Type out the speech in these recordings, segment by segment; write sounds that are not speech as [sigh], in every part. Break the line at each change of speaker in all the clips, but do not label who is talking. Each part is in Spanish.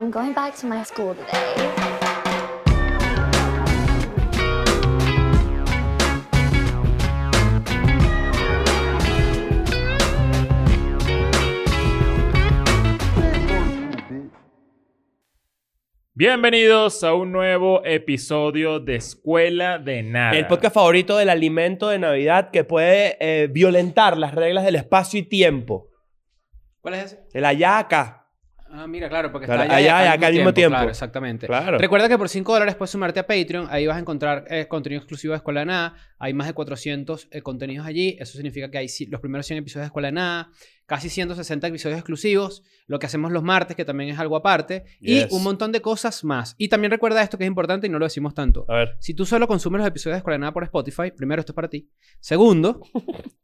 I'm going back to my school today.
Bienvenidos a un nuevo episodio de Escuela de Nada.
El podcast favorito del alimento de Navidad que puede eh, violentar las reglas del espacio y tiempo.
¿Cuál es ese?
El allá acá.
Ah, mira, claro, porque
Claro,
está
allá y acá al mismo tiempo.
Claro,
[laughs]
exactamente.
Claro.
Recuerda que por 5 dólares puedes sumarte a Patreon. Ahí vas a encontrar eh, contenido exclusivo de Escuela de Nada. Hay más de 400 eh, contenidos allí. Eso significa que hay ci- los primeros 100 episodios de Escuela de Nada. Casi 160 episodios exclusivos. Lo que hacemos los martes, que también es algo aparte.
Yes.
Y un montón de cosas más. Y también recuerda esto que es importante y no lo decimos tanto.
A ver.
Si tú solo consumes los episodios de Escuela de Nada por Spotify, primero, esto es para ti.
[laughs]
Segundo,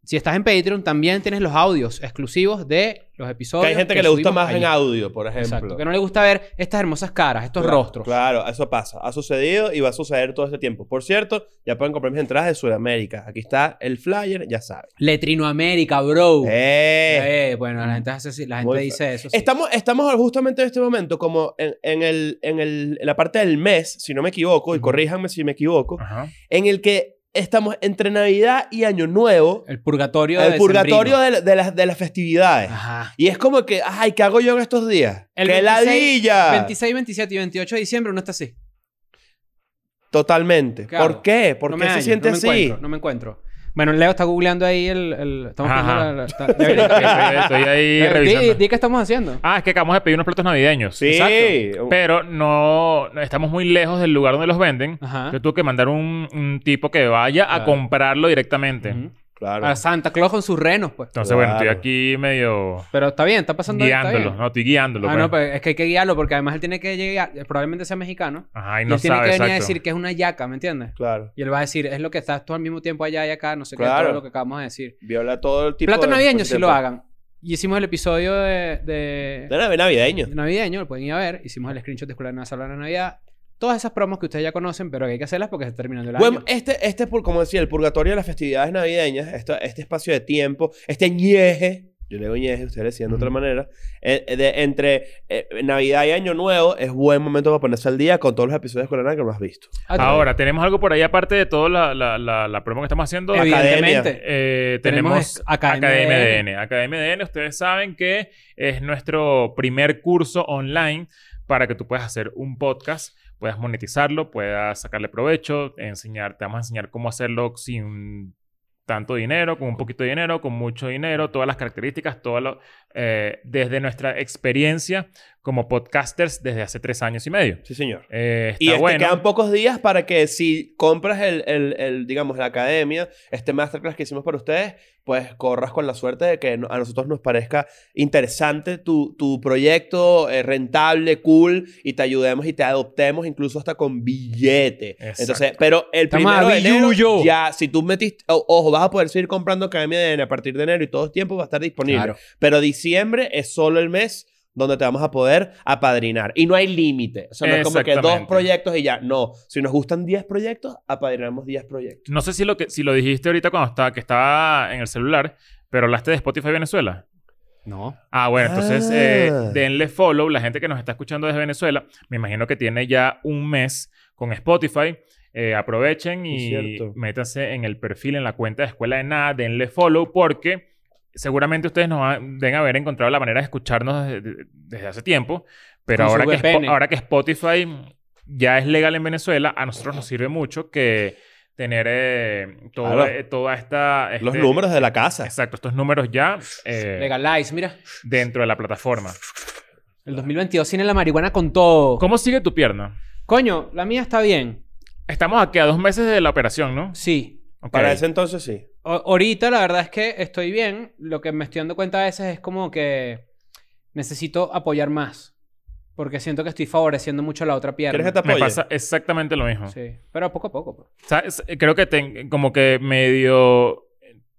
si estás en Patreon, también tienes los audios exclusivos de los
Que
episodios.
hay gente que le gusta
subimos
más en
allí.
audio, por ejemplo.
Exacto. Que no le gusta ver estas hermosas caras, estos
Claro,
rostros.
Claro, eso pasa. Ha sucedido y va a suceder todo este tiempo. Por cierto, ya pueden comprar mis entradas de Sudamérica. Aquí está el flyer, ya saben.
Letrinoamérica, bro.
¡Eh!
Eh, bueno, la gente, hace así- la gente
Muy
dice eso. Uh, sí.
Estamos, estamos justamente en este momento como en, en el, en, el- en la parte del mes, si no me equivoco, y
Ujú.
corríjanme si me equivoco,
Ajá.
en el que estamos entre Navidad y Año Nuevo,
El purgatorio
el
de
purgatorio
Decembrino.
de, la- de las, de las festividades.
Ajá.
Y es como que, ay, ¿qué hago yo en estos días?
El
¡Qué
26,
ladilla!
26, 27 y 28 de diciembre uno está así.
Totalmente.
Claro.
¿Por qué? ¿Por
No
qué
me
se
hallo,
siente
no me
así?
encuentro, no me encuentro. Bueno, Leo está googleando ahí el... el- estamos
Ajá.
poniendo la- la-
[laughs]
está-
Estoy, estoy- estoy ahí
[laughs] di,
revisando.
di qué estamos haciendo.
Ah, es que acabamos de pedir unos platos navideños.
Sí. oh,
Exacto. Pero no, no- estamos muy lejos del lugar donde los venden.
Ajá.
Yo tuve que mandar un, un tipo que vaya a
Claro.
comprarlo directamente.
Ujú.
Claro.
A Santa Claus con sus renos, pues.
Entonces, bueno, estoy
Claro.
aquí medio
Pero está bien, está pasando está
guiándolo.
bien.
No, estoy guiándolo.
Ah,
pues.
no, pero es que hay que guiarlo porque además él tiene que llegar, probablemente sea mexicano.
Ajá, y
Y
no
él tiene
sabe,
que venir a
exacto.
decir que es una yaca, ¿me entiendes?
Claro.
Y él va a decir, es lo que estás tú al mismo tiempo allá y acá, no sé qué,
Claro.
todo lo que acabamos de decir.
Viola todo el tipo
Plato
de-
navideño sí
de-
lo hagan. Y hicimos el episodio de, de-
De nav- navideño.
de navideño, lo pueden ir a ver. Hicimos el screenshot de Escuela de Nada Salvar la Navidad. Todas esas promos que ustedes ya conocen, pero que hay que hacerlas porque se está terminando el año.
Bueno, este, este, pur- como decía, el purgatorio de las festividades navideñas, esta- este espacio de tiempo, este ñeje, yo le digo ñeje, ustedes le decían de otra
Ujú.
manera, eh, eh, de- entre eh, Navidad y Año Nuevo, es buen momento para ponerse al día con todos los episodios de Escuela de Nada que no has visto.
Ah,
Ahora, tenemos algo por ahí aparte de toda la, la, la, la promo que estamos haciendo.
evidentemente.
Eh,
Tenemos
tenemos
es- Academia
Academia, DN. Academia DN, ustedes saben que es nuestro primer curso online para que tú puedas hacer un podcast, puedas monetizarlo, puedas sacarle provecho, enseñar, te vamos a enseñar cómo hacerlo sin tanto dinero, con un poquito de dinero, con mucho dinero, todas las características, todo lo- eh, desde nuestra experiencia como podcasters desde hace tres años y medio.
Sí, señor.
Eh, está
Y este,
bueno.
quedan pocos días para que si compras el, el- el, digamos, la academia, este masterclass que hicimos para ustedes, pues corras con la suerte de que no- a nosotros nos parezca interesante tu, tu proyecto, eh, rentable, cool, y te ayudemos y te adoptemos incluso hasta con billete.
Exacto.
Entonces, pero el
Estamos
primero de enero,
avilluyo.
ya, si tú metiste, o- ojo, vas a poder seguir comprando academia de DN a partir de enero y todo el tiempo va a estar disponible.
Claro.
Pero diciembre es solo el mes donde te vamos a poder apadrinar. Y no hay límite. O sea, no es como que dos
Exactamente.
proyectos y ya. No. Si nos gustan 10 proyectos, apadrinamos 10 proyectos.
No sé si lo, que, si lo dijiste ahorita cuando estaba, que estaba en el celular, pero hablaste de Spotify Venezuela.
No.
Ah, bueno, entonces eh,
Ah.
denle follow. La gente que nos está escuchando desde Venezuela, me imagino que tiene ya un mes con Spotify. Eh, aprovechen
Es
y
cierto.
métanse en el perfil, en la cuenta de Escuela de Nada, denle follow porque seguramente ustedes nos van- deben haber encontrado la manera de escucharnos desde, desde hace tiempo, pero
Con su
ahora que, Spo-
VPN.
ahora que Spotify ya es legal en Venezuela, a nosotros nos sirve mucho que tener eh, todo-
Claro.
eh, toda esta...
Los
este-
números de la casa.
Exacto, estos números ya eh,
Legalize, mira.
dentro de la plataforma.
El 2022 tiene la marihuana con todo.
¿Cómo sigue tu pierna?
Coño, la mía está bien.
Estamos aquí a dos meses de la operación, ¿no?
Sí.
Ok.
Para ese entonces sí.
O- ahorita la verdad es que estoy bien. Lo que me estoy dando cuenta a veces es como que necesito apoyar más. Porque siento que estoy favoreciendo mucho a la otra pierna.
¿Quieres que te
Me
apoye?
pasa exactamente lo mismo.
Sí. Pero poco a poco. pues.
¿Sabes? Creo que ten- como que medio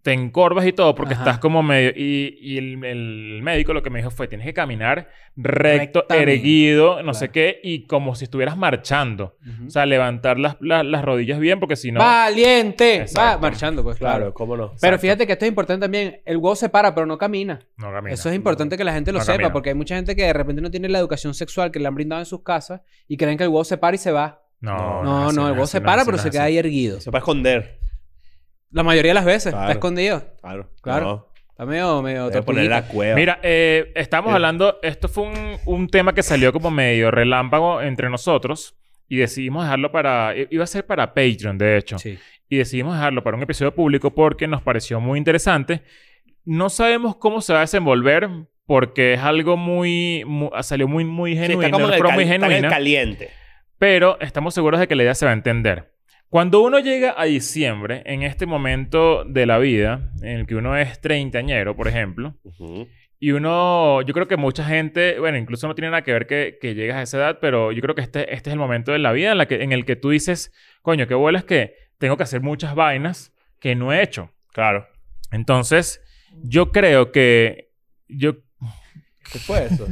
te encorvas y todo porque
Ajá.
estás como medio... Y, y el, el médico lo que me dijo fue, tienes que caminar recto,
Rectamente,
erguido, no sé
claro.
qué, y como si estuvieras marchando.
Ujú.
O sea, levantar las, la- las rodillas bien porque si no...
¡Valiente! Va
Exacto.
marchando, pues claro.
Claro, cómo no.
Pero
Exacto.
fíjate que esto es importante también. El huevo se para, pero no camina.
No camina.
Eso es importante que la gente lo
No
sepa,
camina.
porque hay mucha gente que de repente no tiene la educación sexual que le han brindado en sus casas y creen que el huevo se para y se va.
No,
No, no, el huevo se para, pero se queda ahí erguido.
Se puede esconder.
La mayoría de las veces
Claro.
está escondido.
Claro.
Claro.
No,
Está medio, medio
voy a poner
tortuguita.
la cueva.
Mira, eh, estamos
Eh.
hablando, esto fue un, un tema que salió como medio relámpago entre nosotros y decidimos dejarlo para, i- iba a ser para Patreon, de hecho,
Sí.
y decidimos dejarlo para un episodio público porque nos pareció muy interesante. No sabemos cómo se va a desenvolver porque es algo muy, mu- ah, salió muy, muy
Sí,
genuino,
está como en
una
el,
broma
cal-
muy
está en el
genuina,
caliente.
pero estamos seguros de que la idea se va a entender. Cuando uno llega a diciembre, en este momento de la vida, en el que uno es treintañero, por ejemplo,
Ujú.
y uno, yo creo que mucha gente, bueno, incluso no tiene nada que ver que, que llegas a esa edad, pero yo creo que este, este es el momento de la vida en, la que, en el que tú dices, coño, qué bolas que tengo que hacer muchas vainas que no he hecho.
Claro.
Entonces, yo creo que... Yo,
¿Qué fue eso?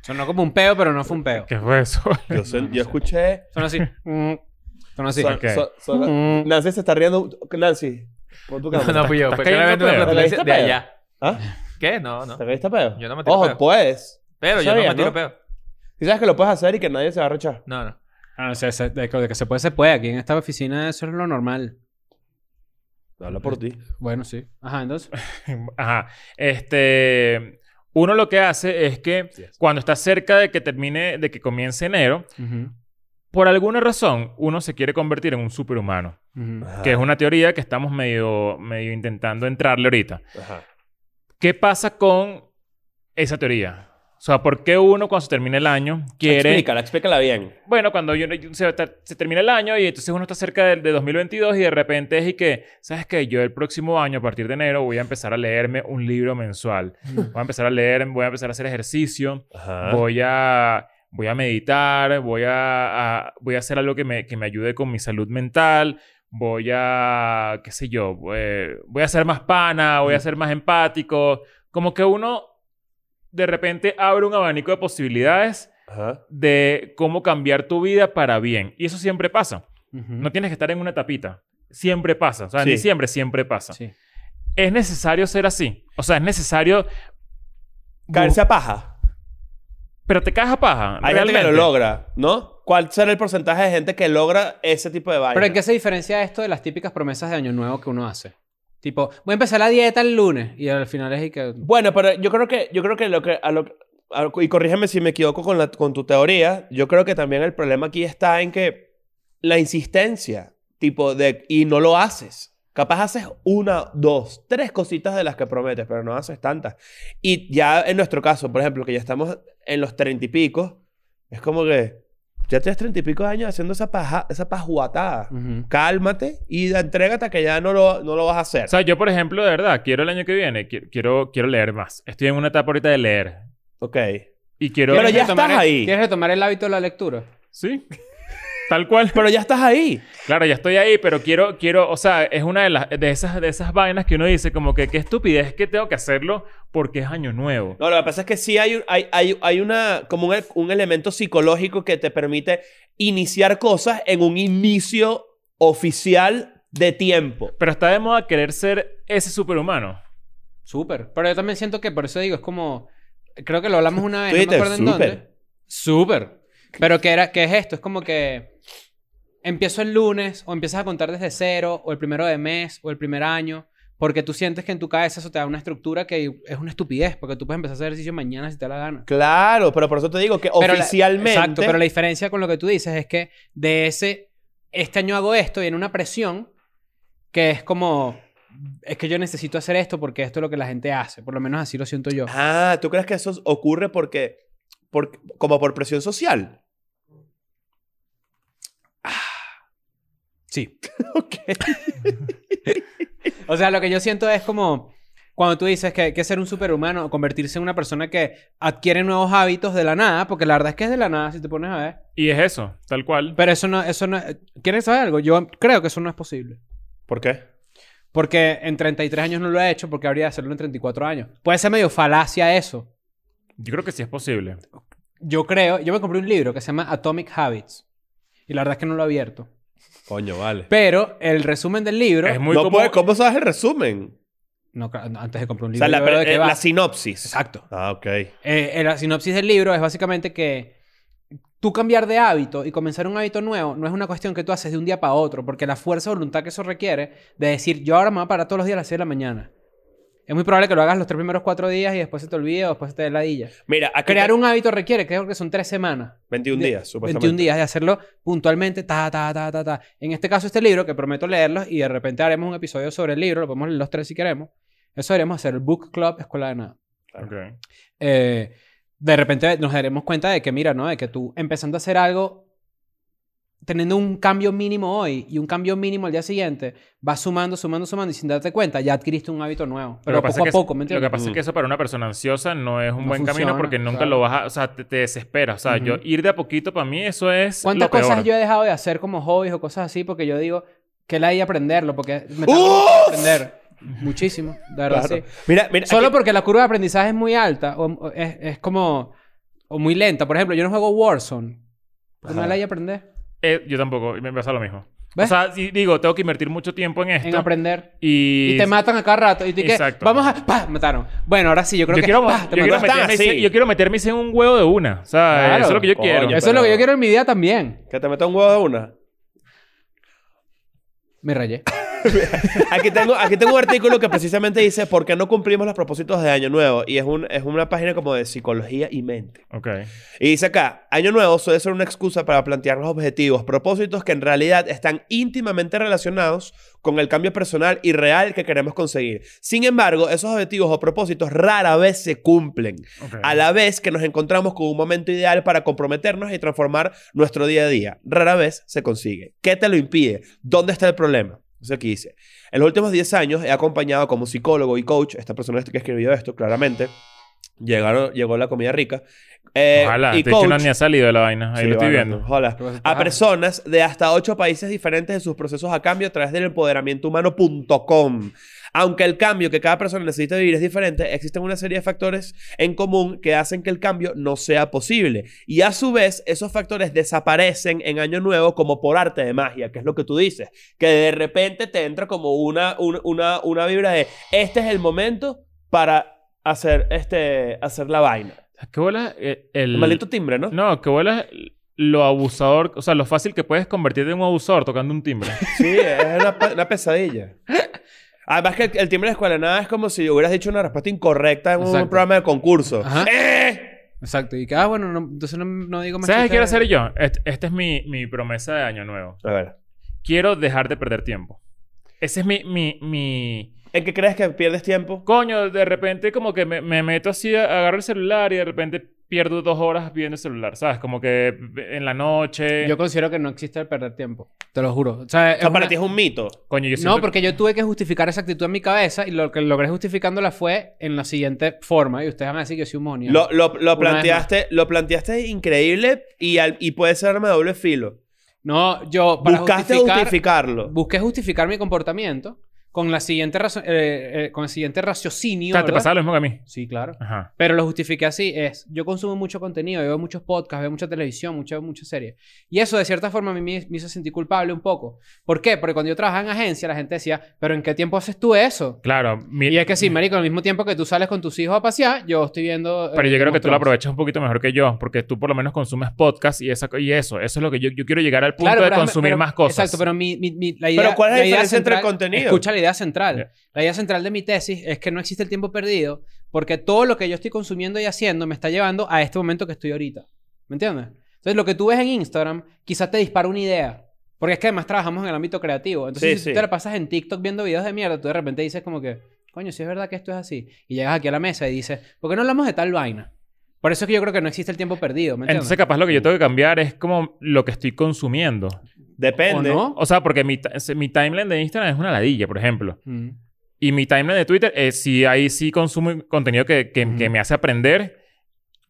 Sonó como un peo, pero no fue un peo.
¿Qué fue eso? [laughs]
[laughs] Yo, sé- yo escuché. [laughs]
Sonó así. Mm. Sonó así.
Son-
ok.
son- son-
Mm.
Nancy se está riendo. Nancy, pon [laughs] tu
No,
cámara.
no fui yo.
estás
Fue
cayendo
claramente una
pedo.
flatulencia de
¿Te caíste
allá.
¿Ah?
¿Qué? No, no.
¿Te caíste pedo?
Yo no me tiro
Ojo, pues.
pedo.
puedes.
Pero yo no
Sabías,
me tiro
¿no?
pedo.
Si sabes que lo puedes hacer y que nadie se va a rechazar.
No, no.
Ah, o sea, se- de, que- de que se puede, se puede. Aquí en esta oficina eso es lo normal.
Habla por ti.
Bueno, sí.
[laughs]
Ajá, entonces.
Ajá. Este... Uno lo que hace es que cuando está cerca de que termine, de que comience enero,
Ujú.
por alguna razón, uno se quiere convertir en un superhumano.
Ujú.
que es una teoría que estamos medio, medio intentando entrarle ahorita.
Ajá.
¿Qué pasa con esa teoría? O sea, ¿por qué uno cuando se termina el año quiere...
Explícala, explícala bien.
Bueno, cuando yo- se, se termina el año y entonces uno está cerca del de 2022 y de repente es y que, ¿sabes qué? Yo el próximo año, a partir de enero, voy a empezar a leerme un libro mensual. Voy a empezar a leer, voy a empezar a hacer ejercicio,
Ajá.
voy a... Voy a meditar, voy a, a- voy a hacer algo que me, que me ayude con mi salud mental, voy a, qué sé yo, eh, voy a ser más pana, voy a ser más empático. Como que uno de repente abre un abanico de posibilidades
Ajá.
de cómo cambiar tu vida para bien. Y eso siempre pasa.
Ujú.
No tienes que estar en una tapita. Siempre pasa. O sea,
Sí.
en diciembre siempre pasa.
Sí.
Es necesario ser así. O sea, es necesario...
Caerse a paja.
Pero te caes a paja.
Hay gente que lo
realmente.
logra, ¿no? ¿Cuál será el porcentaje de gente que logra ese tipo de vaina?
Pero ¿en qué se diferencia esto de las típicas promesas de Año Nuevo que uno hace? Tipo, voy a empezar la dieta el lunes y al final es y que...
Bueno, pero yo creo que, yo creo que lo que, a lo, a- y corrígeme si me equivoco con, la, con tu teoría, yo creo que también el problema aquí está en que la insistencia, tipo de, y no lo haces. Capaz haces una, dos, tres cositas de las que prometes, pero no haces tantas. Y ya en nuestro caso, por ejemplo, que ya estamos en los treinta y pico, es como que ya tienes treinta y pico de años haciendo esa paja, esa pajuatada.
Ujú.
Cálmate y entrégate a que ya no lo, no lo vas a hacer.
O sea, yo, por ejemplo, de verdad, quiero el año que viene, qui- quiero, quiero leer más. Estoy en una etapa ahorita de leer.
ok.
Y quiero...
Pero ya
¿Quieres retomar
estás
el-
ahí.
¿Quieres retomar el hábito de la lectura?
Sí. Tal cual.
Pero ya estás ahí.
Claro, ya estoy ahí, pero quiero, quiero, o sea, es una de las, de esas, de esas vainas que uno dice como que qué estupidez que tengo que hacerlo porque es año nuevo.
No, lo que pasa es que sí hay, un- hay, hay, hay una, como un, un elemento psicológico que te permite iniciar cosas en un inicio oficial de tiempo.
Pero está de moda querer ser ese superhumano.
Súper. Pero yo también siento que, por eso digo, es como... Creo que lo hablamos una vez,
Tú
no me
dices,
acuerdo en dónde.
"Súper".
Súper. Pero ¿qué, era, ¿qué es esto? Es como que... Empiezo el lunes, o empiezas a contar desde cero, o el primero de mes, o el primer año. Porque tú sientes que en tu cabeza eso te da una estructura que es una estupidez. Porque tú puedes empezar a hacer ejercicio mañana si te da la gana.
Claro, pero por eso te digo que
Pero la-
oficialmente...
exacto, pero la diferencia con lo que tú dices es que de ese, este año hago esto y en una presión que es como, es que yo necesito hacer esto porque esto es lo que la gente hace, por lo menos así lo siento yo.
Ah, ¿tú crees que eso ocurre porque, por- como por presión social?
[laughs] Sí.
Ok.
O sea, lo que yo siento es como cuando tú dices que, que ser un superhumano o convertirse en una persona que adquiere nuevos hábitos de la nada, porque la verdad es que es de la nada si te pones a ver.
Y es eso, tal cual.
Pero eso no, eso no, ¿quieres saber algo? Yo creo que eso no es posible.
¿Por qué?
Porque en 33 años no lo he hecho, porque habría de hacerlo en 34 años. Puede ser medio falacia eso.
Yo creo que sí es posible.
Yo creo, yo me compré un libro que se llama Atomic Habits. Y la verdad es que no lo he abierto.
Coño, vale.
Pero el resumen del libro...
Es muy
no
como-
puede- ¿Cómo sabes el resumen?
No, claro, no, antes de comprar un
O
libro.
sea, la,
yo veo de
eh,
qué va.
la sinopsis.
Exacto.
Ah, ok.
Eh, eh, la sinopsis del libro es básicamente que tú cambiar de hábito y comenzar un hábito nuevo no es una cuestión que tú haces de un día para otro, porque la fuerza de voluntad que eso requiere de decir, yo ahora me voy a parar todos los días a las 6 de la mañana. Es muy probable que lo hagas los tres primeros cuatro días y después se te olvide o después se te dé ladilla.
Mira, aquí
Crear
te-
un hábito requiere, creo que son tres semanas.
21
de-
días, supuestamente.
21 días de hacerlo puntualmente, ta, ta, ta, ta, ta. En este caso, este libro, que prometo leerlo y de repente haremos un episodio sobre el libro, lo podemos leer los tres si queremos. Eso deberíamos hacer, el Book Club Escuela de Nada
Ok.
eh, de repente nos daremos cuenta de que, mira, ¿no? De que tú empezando a hacer algo, teniendo un cambio mínimo hoy y un cambio mínimo al día siguiente, vas sumando, sumando, sumando y sin darte cuenta ya adquiriste un hábito nuevo. Pero
Lo que pasa
poco a
es que-
poco, ¿me
Lo que
entiendes?
pasa es que eso para una persona ansiosa no es un
No
buen
funciona,
camino porque nunca
claro.
lo vas a... O sea, te, te desespera. O sea,
Ujú.
yo ir de a poquito para mí eso es
¿Cuántas
lo peor.
cosas yo he dejado de hacer como hobbies o cosas así? Porque yo digo, que la hay aprenderlo, porque me tardo
¡Uf!
mucho en aprender. Muchísimo, de verdad,
Claro.
sí.
Mira, mira.
Solo
aquí-
porque la curva de aprendizaje es muy alta o, o es, es como... O muy lenta. Por ejemplo, yo no juego Warzone. Porque no
Ajá.
la hay aprender.
Eh, yo tampoco. Me pasa lo mismo.
¿Ves?
O sea, si digo, tengo que invertir mucho tiempo en esto.
En aprender.
y...
Y te matan a cada rato. Y tú que,
Exacto.
vamos a... ¡Pah! Mataron. Bueno, ahora sí, yo creo
Yo
que...
quiero,
¡pah! [laughs] Te
yo, quiero
mataron.
mataron.
meterme
Están así.
ese- yo quiero meterme ese en un huevo de una. O sea,
Claro.
eso es lo que yo
Coño,
quiero.
Eso es
pero-
lo que yo quiero en mi día también.
Que te meta un huevo de una.
Me rayé.
Aquí tengo, aquí tengo un artículo que precisamente dice ¿Por qué no cumplimos los propósitos de Año Nuevo? Y es, un, es una página como de psicología y mente.
Ok.
Y dice acá, Año Nuevo suele ser una excusa para plantearnos objetivos, propósitos que en realidad están íntimamente relacionados con el cambio personal y real que queremos conseguir. Sin embargo, esos objetivos o propósitos rara vez se cumplen,
ok.
a la vez que nos encontramos con un momento ideal para comprometernos y transformar nuestro día a día. Rara vez se consigue. ¿Qué te lo impide? ¿Dónde está el problema? Entonces aquí dice, en los últimos 10 años he acompañado como psicólogo y coach, esta persona que escribió esto claramente, llegaron, llegó la comida rica. eh,
Ojalá.
y
Este hecho no ni ha salido de la vaina. Ahí
Sí,
lo estoy
bueno,
viendo.
ojalá.
Lo que pasa-
A personas de hasta ocho países diferentes en sus procesos a cambio a través del empoderamientohumano.com. Aunque el cambio que cada persona necesita vivir es diferente, existen una serie de factores en común que hacen que el cambio no sea posible. Y a su vez, esos factores desaparecen en Año Nuevo como por arte de magia, que es lo que tú dices. Que de repente te entra como una, un- una, una vibra de este es el momento para hacer, este, hacer la vaina.
¿Qué bola? eh, el...
El maldito timbre, ¿no?
No, que vuelas lo abusador, o sea, lo fácil que puedes convertirte en un abusador tocando un
[laughs]
timbre.
Sí, es una, pe- una pesadilla. Además que el, el timbre de escuela de nada es como si hubieras dicho una respuesta incorrecta en un
Exacto.
programa de concurso.
[laughs]
Ajá.
¡Eh!
Exacto. Y que, ah, bueno, no- entonces no, no digo más
¿Sabes qué
chistes.
quiero hacer yo? Este- Esta es mi, mi promesa de año nuevo.
A ver.
Quiero dejar de perder tiempo. Ese es mi, mi, mi...
¿En qué crees que pierdes tiempo?
Coño, de repente como que me, me meto así, agarro el celular y de repente pierdo dos horas viendo el celular, ¿sabes? Como que en la noche...
Yo considero que no existe el perder tiempo. Te lo juro. O sea, es
O sea, para
una-
ti es un mito.
Coño, yo siento
No, porque yo tuve que justificar esa actitud en mi cabeza y lo que logré justificándola fue en la siguiente forma. Y ustedes van a decir que yo soy un monio.
Lo, lo, lo
Una
planteaste, lo planteaste increíble y, al- y puede ser arma de doble filo.
No, yo para
Buscaste
justificar...
justificarlo.
busqué justificar mi comportamiento con la siguiente razo- eh, eh, con el siguiente
O
raciocinio.
sea, te
¿verdad?
pasaba lo mismo que a mí.
Sí, claro.
Ajá.
Pero lo justifiqué así, es, yo consumo mucho contenido, yo veo muchos podcasts, veo mucha televisión, mucha, mucha serie. Y eso de cierta forma a mí me, me hizo sentir culpable un poco. ¿Por qué? Porque cuando yo trabajaba en agencia, la gente decía, pero ¿en qué tiempo haces tú eso?
Claro. mi-
Y es que sí, marico, al mismo tiempo que tú sales con tus hijos a pasear, yo estoy viendo... eh,
Pero yo creo
Game
que
of
tú lo
Thrones.
aprovechas un poquito mejor que yo, porque tú por lo menos consumes podcast y, esa, co- y eso. Eso es lo que yo, yo quiero llegar al punto
Claro,
de
pero-
consumir
pero-
más cosas.
Exacto, pero mi, mi- mi- la idea.
Pero ¿cuál es la
idea
diferencia entre el contenido?
Escucha la idea central.
Ya.
La idea central de mi tesis es que no existe el tiempo perdido porque todo lo que yo estoy consumiendo y haciendo me está llevando a este momento que estoy ahorita. ¿Me entiendes? Entonces, lo que tú ves en Instagram quizás te dispara una idea. Porque es que además trabajamos en el ámbito creativo.
Sí,
Entonces, si tú
sí.
te la pasas en TikTok viendo videos de mierda, tú de repente dices como que, coño, si es verdad que esto es así. Y llegas aquí a la mesa y dices, ¿por qué no hablamos de tal vaina? Por eso es que yo creo que no existe el tiempo perdido. ¿me entiendes?
Entonces, capaz lo que yo tengo que cambiar es como lo que estoy consumiendo.
Depende.
¿O no?
O sea, porque mi, ta- mi timeline de Instagram es una ladilla, por ejemplo.
Mm.
Y mi timeline de Twitter, eh, sí, ahí sí consumo contenido que, que-
Ujú.
que me hace aprender.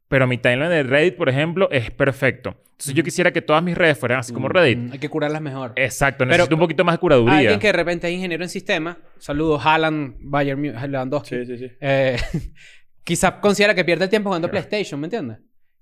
pero mi timeline de Reddit, por ejemplo, es perfecto. Entonces yo quisiera que todas mis redes fueran así como Reddit.
Mm, Hay que curarlas mejor.
Exacto,
Pero-
necesito un poquito más de curaduría.
Alguien que de repente es ingeniero en sistema, saludos, Alan Bayern Mu- Lewandowski.
Sí, sí, sí.
Eh, [laughs] quizá considera que pierde el tiempo jugando
Ya.
PlayStation, ¿me entiendes?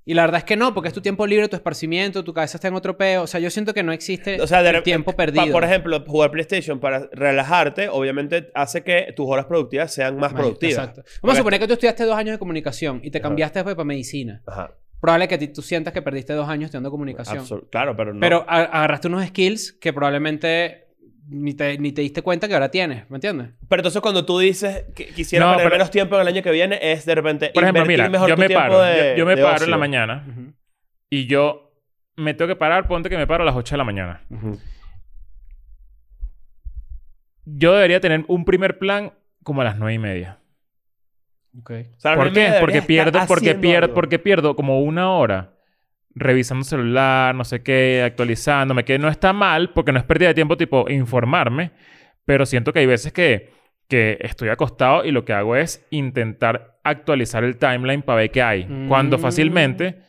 Y la verdad es que no, porque es tu tiempo libre, tu esparcimiento, tu cabeza está en otro peo. O sea, yo siento que no existe
O sea, de
Eh, el
rep-
tiempo
pa-
perdido.
por ejemplo, jugar PlayStation para relajarte, obviamente hace que tus horas productivas sean más
Imagínate,
productivas.
Exacto. Vamos
Porque-
a suponer que tú estudiaste dos años de comunicación y te
Ajá.
cambiaste después para medicina.
Ajá.
Probable que a ti- tú sientas que perdiste dos años estudiando comunicación.
Absol- claro, pero no.
Pero a- agarraste unos skills que probablemente ni te, ni te diste cuenta que ahora tienes, ¿me entiendes?
Pero entonces cuando tú dices que quisieras
No,
perder
pero-
menos tiempo en el año que viene, es de repente
por ejemplo,
invertir
mira,
mejor
yo
tu
me
tiempo
paro.
de-
yo, yo me
de
paro
ocio.
en la mañana y yo me tengo que parar, ponte que me paro a las 8 de la mañana.
Ujú.
Yo debería tener un primer plan como a las 9 y media.
O sea,
¿Por
realmente
qué?
deberías
Porque
estar
pierdo, porque
haciendo
pierdo,
algo.
porque pierdo como una hora revisando celular, no sé qué, actualizándome, que no está mal, porque no es pérdida de tiempo tipo informarme, pero siento que hay veces que, que estoy acostado y lo que hago es intentar actualizar el timeline para ver qué hay, cuando
Mm.
fácilmente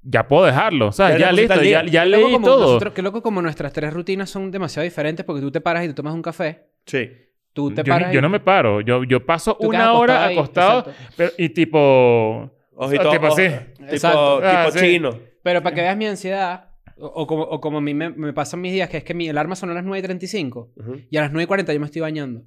ya puedo dejarlo, ¿sabes?
Ya
Ya,
le pusiste
listo,
al día.
ya, ya
Qué loco
leí
como
todo.
nosotros- qué loco como nuestras tres rutinas son demasiado diferentes porque tú te paras y tú tomas un café.
Sí.
Tú te
Yo,
paras
ni- yo
y
no me paro, yo, yo paso
tú quedas
una hora
ahí.
acostado,
Exacto.
pero- y tipo...
Ojito,
Tipo
ojo-
así.
Tipo,
Exacto.
tipo
Ah, sí.
chino.
Pero para que veas mi ansiedad, o, o como, o como a mí me, me pasan mis días, que es que mi alarma sonó a las 9.35
Ujú.
y a las 9.40 yo me estoy bañando.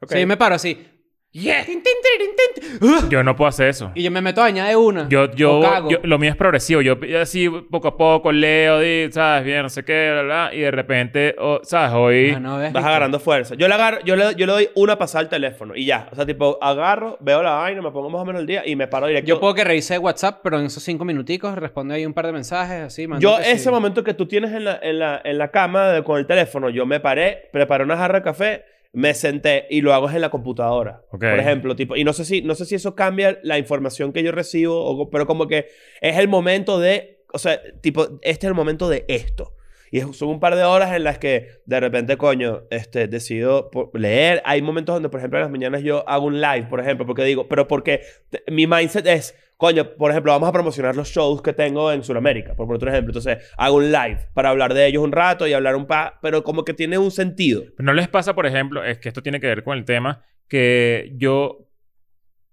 Ok.
O sea, yo me paro así.
"Yeah".
tin, tin, tiririn, tin, tin, ¡ah!
Yo no puedo hacer eso.
Y yo me meto a bañar de una.
Yo, yo,
o cago.
yo- lo mío es progresivo. Yo así poco a poco leo, di, sabes, bien, no sé qué, bla, bla, y de repente, o- sabes, hoy.
Ah, no, ¿ves?
Vas
Viste.
agarrando fuerza. Yo le, agarro, yo, le, yo le doy una pasada al teléfono y ya. O sea, tipo, agarro, veo la vaina, me pongo más o menos el día y me paro directo.
Yo puedo que revise WhatsApp, pero en esos cinco minuticos respondo ahí un par de mensajes, así. mando
Yo
que
ese
sí.
momento que tú tienes en la, en la, en la cama de- con el teléfono, yo me paré, preparé una jarra de café, me senté y lo hago es en la computadora.
Ok.
Por ejemplo, tipo, y no sé si no sé si eso cambia la información que yo recibo o co- pero como que es el momento de, o sea, tipo, este es el momento de esto. Y es- son un par de horas en las que de repente, coño, este, decido po- leer. Hay momentos donde, por ejemplo, en las mañanas yo hago un live, por ejemplo, porque digo, pero porque te- mi mindset es, coño, por ejemplo, vamos a promocionar los shows que tengo en Sudamérica, por, por otro ejemplo. Entonces, hago un live para hablar de ellos un rato y hablar un pa, pero como que tiene un sentido.
¿No les pasa, por ejemplo, es que esto tiene que ver con el tema, que yo.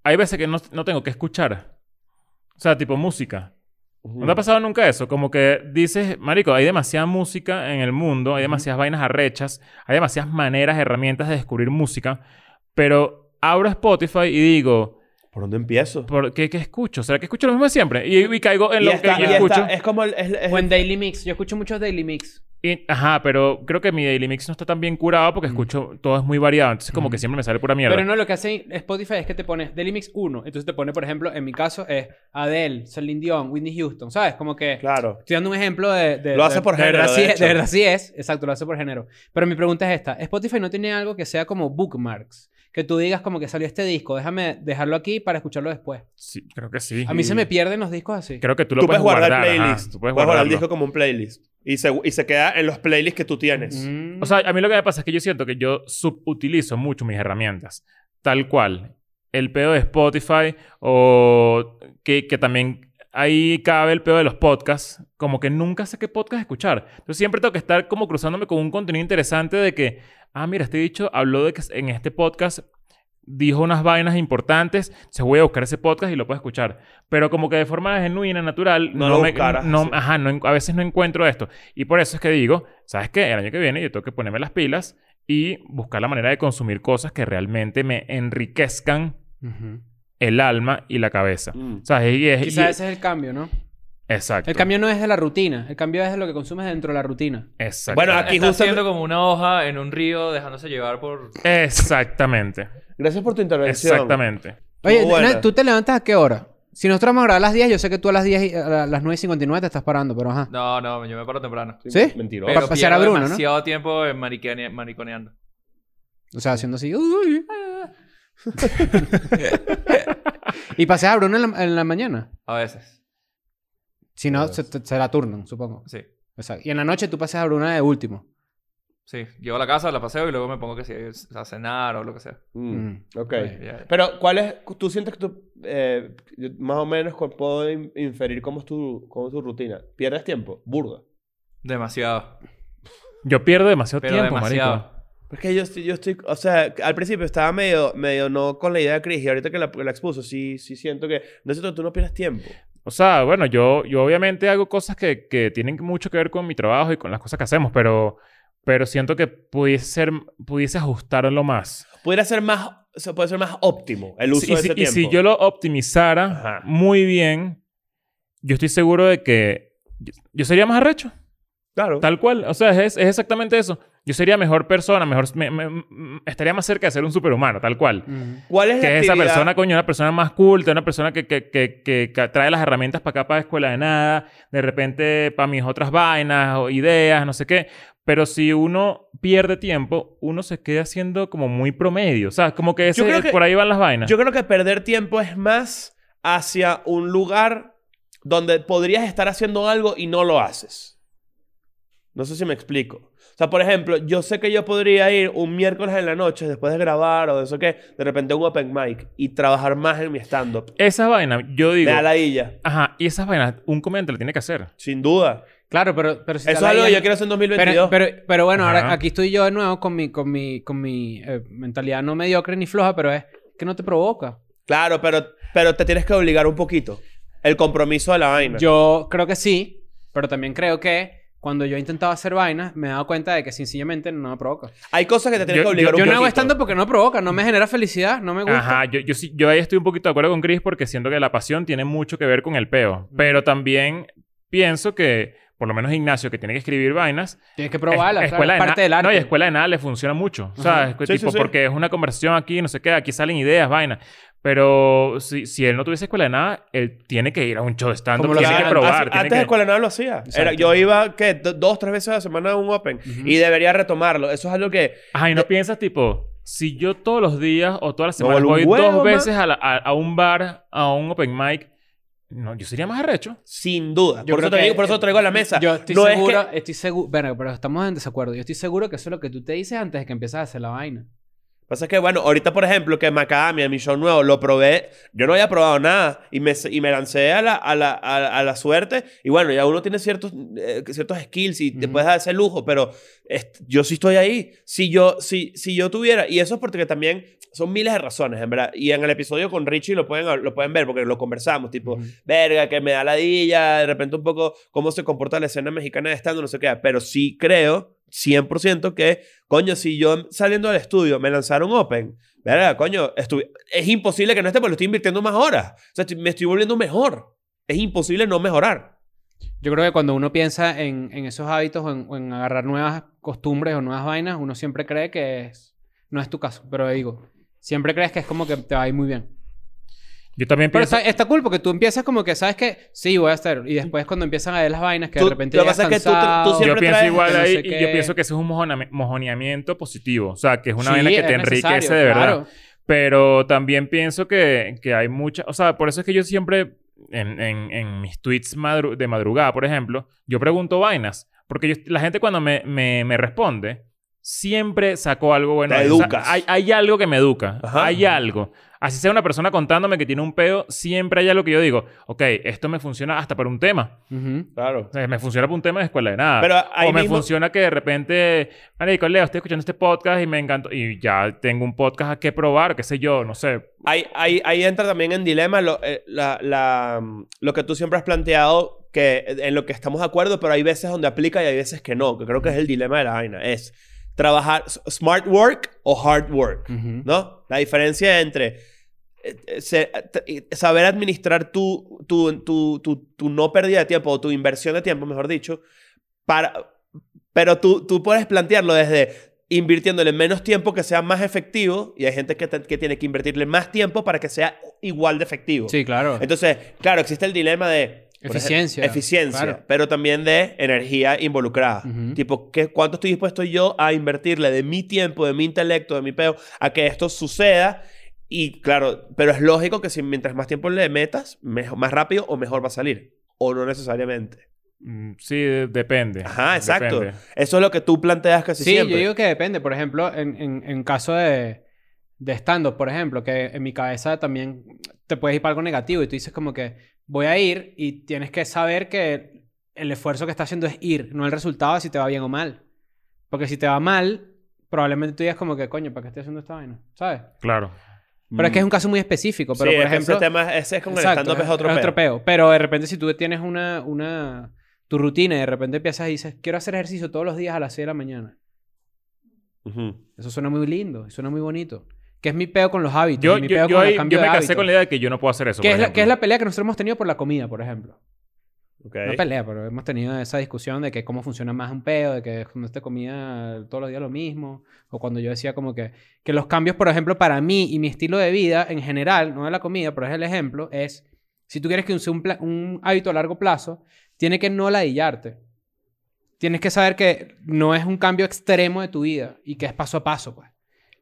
Hay veces que no, no tengo que escuchar. O sea, tipo música. ¿No
Mm.
te ha pasado nunca eso? Como que dices, Marico, hay demasiada música en el mundo, hay demasiadas vainas arrechas, hay demasiadas maneras, herramientas de descubrir música, pero abro Spotify y digo.
¿Por dónde empiezo?
¿Por qué, ¿Qué escucho? ¿Será que escucho lo mismo de siempre? Y, y caigo en
Y
lo
está-
que
y está- eh.
escucho.
es como el- es- es-
O en Daily Mix. Yo escucho muchos Daily Mix.
Y- ajá, pero creo que mi Daily Mix no está tan bien curado porque escucho todo es muy variado. Entonces, como que siempre me sale pura mierda.
Pero no, lo que hace Spotify es que te pones Daily Mix 1. Entonces te pone, por ejemplo, en mi caso es Adele, Celine Dion, Whitney Houston. ¿Sabes? Como que...
Claro.
Estoy dando un ejemplo de... de-
Lo hace
de-
por
de
género, de
Verdad, sí es-
hecho.
de verdad sí es. Exacto, lo hace por género. Pero mi pregunta es esta. Spotify no tiene algo que sea como bookmarks. Que tú digas como que salió este disco. Déjame dejarlo aquí para escucharlo después.
Sí, creo que sí.
A mí se me pierden los discos así.
Creo que tú lo
Tú
puedes
puedes guardar,
guardar. ajá.
playlist.
Tú
puedes
puedes
guardar el
guardarlo.
disco como un playlist. Y se, y se queda en los playlists que tú tienes.
Mm.
O sea, a mí lo que me pasa es que yo siento que yo subutilizo mucho mis herramientas. Tal cual. El pedo de Spotify o que, que también ahí cabe el pedo de los podcasts. Como que nunca sé qué podcast escuchar. Yo siempre tengo que estar como cruzándome con un contenido interesante de que, ah, mira, este dicho habló de que en este podcast dijo unas vainas importantes, se voy a buscar ese podcast y lo puedo escuchar. Pero como que de forma genuina, natural,
No lo
me-
buscaras,
no-
sí.
ajá, no en- a veces no encuentro esto. Y por eso es que digo, ¿sabes qué? El año que viene yo tengo que ponerme las pilas y buscar la manera de consumir cosas que realmente me enriquezcan
Ujú.
el alma y la cabeza.
Mm.
¿Sabes? Y es-
Quizás
y-
ese es el cambio, ¿no?
Exacto.
El cambio no es de la rutina. El cambio es de lo que consumes dentro de la rutina.
Exacto.
Bueno, aquí
Aquí
justo-
siendo como una hoja en un río dejándose llevar por...
[laughs] Exactamente.
Gracias por tu intervención.
Exactamente.
Muy
Oye,
buena.
Nat, ¿tú te levantas a qué hora? Si nosotros vamos a grabar a las 10, yo sé que tú a las 10 y- a las 9.59 te estás parando, pero ajá.
No, no, yo me paro temprano.
¿Sí?
Mentiroso.
Pero
Para pasear a
pierdo
Bruno, ¿no?
demasiado tiempo en mariquene- mariconeando.
O sea, haciendo así. "Uy". ah. [laughs] y paseas a Bruno en la, en la mañana.
A veces,
Si no, se, te- se la turnan, supongo.
sí.
Exacto. Y en la noche tú paseas a Bruno de último.
Sí, llego a la casa, la paseo y luego me pongo que sí, a cenar o lo que sea.
Mm,
Mm.
Ok.
Ok.
Ya-
Pero, ¿cuál es? ¿Tú sientes que tú, eh, yo más o menos cu- puedo in- inferir cómo es, tu, cómo es tu rutina? ¿Pierdes tiempo? Burda.
Demasiado.
Yo pierdo demasiado
Pero
tiempo,
demasiado.
marico.
Porque yo estoy, yo estoy, o sea, al principio estaba medio, medio no con la idea de Chris y ahorita que la, que la expuso, sí, sí siento que, no siento que tú no pierdes tiempo.
O sea, bueno, yo, yo obviamente hago cosas que, que tienen mucho que ver con mi trabajo y con las cosas que hacemos, pero, pero siento que pudiese, ser, pudiese ajustarlo más.
Pudiera ser más, o sea, puede ser más óptimo el uso
Sí, y,
de
si,
ese
y
tiempo.
si yo lo optimizara
Ajá.
muy bien, yo estoy seguro de que yo, yo sería más arrecho.
Claro.
Tal cual. O sea, es, es exactamente eso. Yo sería mejor persona, mejor, me- me- me- estaría más cerca de ser un superhumano, tal cual.
Ujú.
¿Cuál es la
Que es esa
actividad-
persona, coño, una persona más culta, una persona que, que, que, que ca- trae las herramientas para acá, para escuela de nada, de repente para mis otras vainas o ideas, no sé qué. Pero si uno pierde tiempo, uno se queda siendo como muy promedio. O sea, como que, ese-
Yo creo que-
por ahí van las vainas.
Yo creo que perder tiempo es más hacia un lugar donde podrías estar haciendo algo y no lo haces. No sé si me explico. O sea, por ejemplo, yo sé que yo podría ir un miércoles en la noche después de grabar o de eso que, de repente a un open mic y trabajar más en mi stand-up.
Esas vainas, yo
Me
digo...
da la illa,
Ajá, y esas vainas, un comediante lo tiene que hacer.
sin duda.
Claro, pero, pero si
Eso es
te la
algo que
digan-
yo quiero hacer en
Pero,
2022.
pero, pero bueno,
Ajá.
ahora aquí estoy yo de nuevo con mi, con mi, con mi eh, mentalidad no mediocre ni floja, pero es que no te provoca.
Claro, pero, pero te tienes que obligar un poquito. El compromiso de la vaina.
Yo creo que sí, pero también creo que cuando yo he intentado hacer vainas, me he dado cuenta de que sencillamente no me provoca.
Hay cosas que te tienes
Yo-
que obligar
yo-
un
Yo no hago
poquito.
estando porque no provoca, no me genera felicidad, no me gusta.
Ajá, yo, yo, sí- yo ahí estoy un poquito de acuerdo con Chris porque siento que la pasión tiene mucho que ver con el peo.
Mm.
Pero también pienso que, por lo menos Ignacio, que tiene que escribir vainas,
Tienes que
es-
probarla, claro,
escuela
es
de
parte
Na-
del arte.
No, y escuela de nada le funciona mucho. O sea,
Ajá.
es que
Sí,
tipo,
sí, sí.
porque es una conversación aquí, no sé qué, aquí salen ideas, vainas. Pero si, si él no tuviese escuela de nada, él tiene que ir a un show stand
Como
up,
lo
tiene
hacía
que
Claro, hace-
probar. tiene
antes de
que-
escuela de nada lo hacía. Era-
Exacto.
yo iba, ¿qué? Do- dos, tres veces a la semana a un Open. Y debería retomarlo. Eso es algo que...
Ajá, y no piensas, tipo, si yo todos los días o todas las
Me
semanas
vuelvo un
voy
huevo,
dos
man.
veces a, la- a- a un bar, a un open mic, no, yo sería más arrecho.
Sin duda.
Yo
Por
creo
eso, te
que-
digo, por eso lo traigo a la mesa.
Yo estoy
no es
seguro,
que-
estoy seguro, pero estamos en desacuerdo. Yo estoy seguro que eso es lo que tú te dices antes de que empieces a hacer la vaina.
Pasa que, bueno, ahorita, por ejemplo, que Macadamia, mi show nuevo, lo probé. Yo no había probado nada. Y me, y me lancé a la, a, la, a, la- a la suerte. Y bueno, ya uno tiene ciertos, eh, ciertos skills y te
Ujú.
puedes dar ese lujo. Pero est- yo sí estoy ahí. Si yo, si, si yo tuviera... Y eso es porque también son miles de razones, en verdad. Y en el episodio con Richie lo pueden, lo pueden ver porque lo conversamos. Tipo, verga, que me da ladilla, de repente un poco cómo se comporta la escena mexicana de stand no sé qué, pero sí creo 100% que, coño, si yo saliendo del estudio me lanzaron open, verga, coño, estu- es imposible que no esté porque lo estoy invirtiendo más horas. O sea, estoy- me estoy volviendo mejor. Es imposible no mejorar.
Yo creo que cuando uno piensa en, en esos hábitos o en, o en agarrar nuevas costumbres o nuevas vainas, uno siempre cree que es, no es tu caso, pero digo, siempre crees que es como que te va a ir muy bien.
Yo también
Pero
pienso...
está, está cool porque tú empiezas como que sabes que sí, voy a hacer. Y después cuando empiezan a ver las vainas que
Tú-
de repente
lo que
llegas
pasa es que tú- tú
cansado,
siempre
Yo pienso
traes-
igual
que no
ahí
sé
y
qué.
yo pienso que eso es un mojona- mojoneamiento positivo. O sea, que es una
Sí,
vaina que te
es
enriquece
necesario,
de verdad.
claro.
Pero también pienso que, que hay mucha... O sea, por eso es que yo siempre, en, en- en mis tweets madru- de madrugada, por ejemplo, yo pregunto vainas. Porque yo- la gente cuando me, me- me responde, siempre sacó algo bueno.
Te
O sea,
educas.
hay, hay algo que me educa.
Ajá.
Hay algo. Así sea una persona contándome que tiene un pedo, siempre hay algo que yo digo, ok, esto me funciona hasta para un tema.
Ujú.
Claro.
O sea, me funciona para un tema de escuela de nada.
Pero ahí
o me
mismo-
funciona que de repente, Marico, Leo, estoy escuchando este podcast y me encantó. Y ya tengo un podcast a que probar, qué sé yo, no sé.
Ahí, ahí- ahí entra también en dilema lo, eh, la- la- mm, lo que tú siempre has planteado, que, eh, en lo que estamos de acuerdo, pero hay veces donde aplica y hay veces que no, que creo que es el dilema de la vaina. Es trabajar s- smart work o hard work,
Ujú.
¿no? La diferencia entre eh, eh, se- t- eh, saber administrar tu, tu, tu, tu, tu no pérdida de tiempo o tu inversión de tiempo, mejor dicho, para, pero tú, tú puedes plantearlo desde invirtiéndole menos tiempo que sea más efectivo y hay gente que, te- que tiene que invertirle más tiempo para que sea igual de efectivo.
Sí, claro.
[laughs] Entonces, claro, existe el dilema de... por
Eficiencia,
ejemplo, eficiencia,
claro.
pero también de energía involucrada.
Ujú.
Tipo, ¿qué, ¿cuánto estoy dispuesto yo a invertirle de mi tiempo, de mi intelecto, de mi peo, a que esto suceda? Y claro, pero es lógico que si mientras más tiempo le metas, mejo- más rápido o mejor va a salir. O no necesariamente.
Mm, Sí, de- depende.
Ajá, exacto.
Depende.
Eso es lo que tú planteas casi
Sí,
siempre.
yo digo que depende. Por ejemplo, en, en, en caso de, de stand-up, por ejemplo, que en mi cabeza también te puedes ir para algo negativo y tú dices como que voy a ir y tienes que saber que el esfuerzo que estás haciendo es ir, no el resultado de si te va bien o mal. Porque si te va mal, probablemente tú digas como que, coño, ¿para qué estoy haciendo esta vaina? ¿Sabes?
Claro.
Pero
Mm.
es que es un caso muy específico. Pero,
Sí,
por
es que
ejemplo...
ese, tema, ese es con el
Exacto,
stand-up es otro, peo.
peo. Pero de repente si tú tienes una, una... Tu rutina y de repente empiezas y dices, quiero hacer ejercicio todos los días a las 6 de la mañana.
Ujú.
Eso suena muy lindo, suena muy bonito. Que es mi peo con los hábitos.
Mm. Yo,
mi
yo,
peo
yo
con
ahí-
los cambios
yo me
de
casé
hábitos.
con la idea de que yo no puedo hacer eso.
que
por
es, la, que es
ejemplo.
la pelea que nosotros hemos tenido por la comida, por ejemplo.
Ok.
No pelea, pero hemos tenido esa discusión de que cómo funciona más un peo, de que cuando te comía todos los días lo mismo, o cuando yo decía como que, que los cambios, por ejemplo, para mí y mi estilo de vida en general, no de la comida, pero es el ejemplo, es, si tú quieres que sea un, pla- un hábito a largo plazo, tiene que no ladillarte. Tienes que saber que no es un cambio extremo de tu vida y que es paso a paso, pues.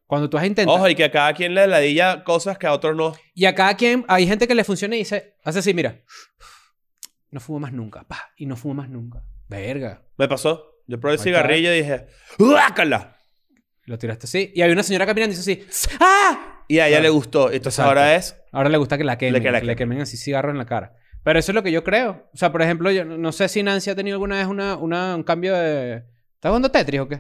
Cuando tú has intentado...
Ojo, y que a cada quien le ladilla cosas que a otros no.
Y a cada quien, hay gente que le funciona y dice, hace así, mira, no fumo más nunca, pa, y no fumo más nunca. Verga.
Me pasó. Yo probé el
Ahí
cigarrillo y dije, ¡Uácala!
Lo tiraste así. Y hay una señora caminando y dice así, ¡ah!
Y a ella
Claro.
le gustó. Entonces
Exacto.
ahora es.
Ahora le gusta que la quemen,
Le
que
que la
le
quemen.
quemen así cigarro en la cara. Pero eso es lo que yo creo. O sea, por ejemplo, yo no- no sé si Nancy ha tenido alguna vez una, una- un cambio de... ¿Estás jugando Tetris o qué?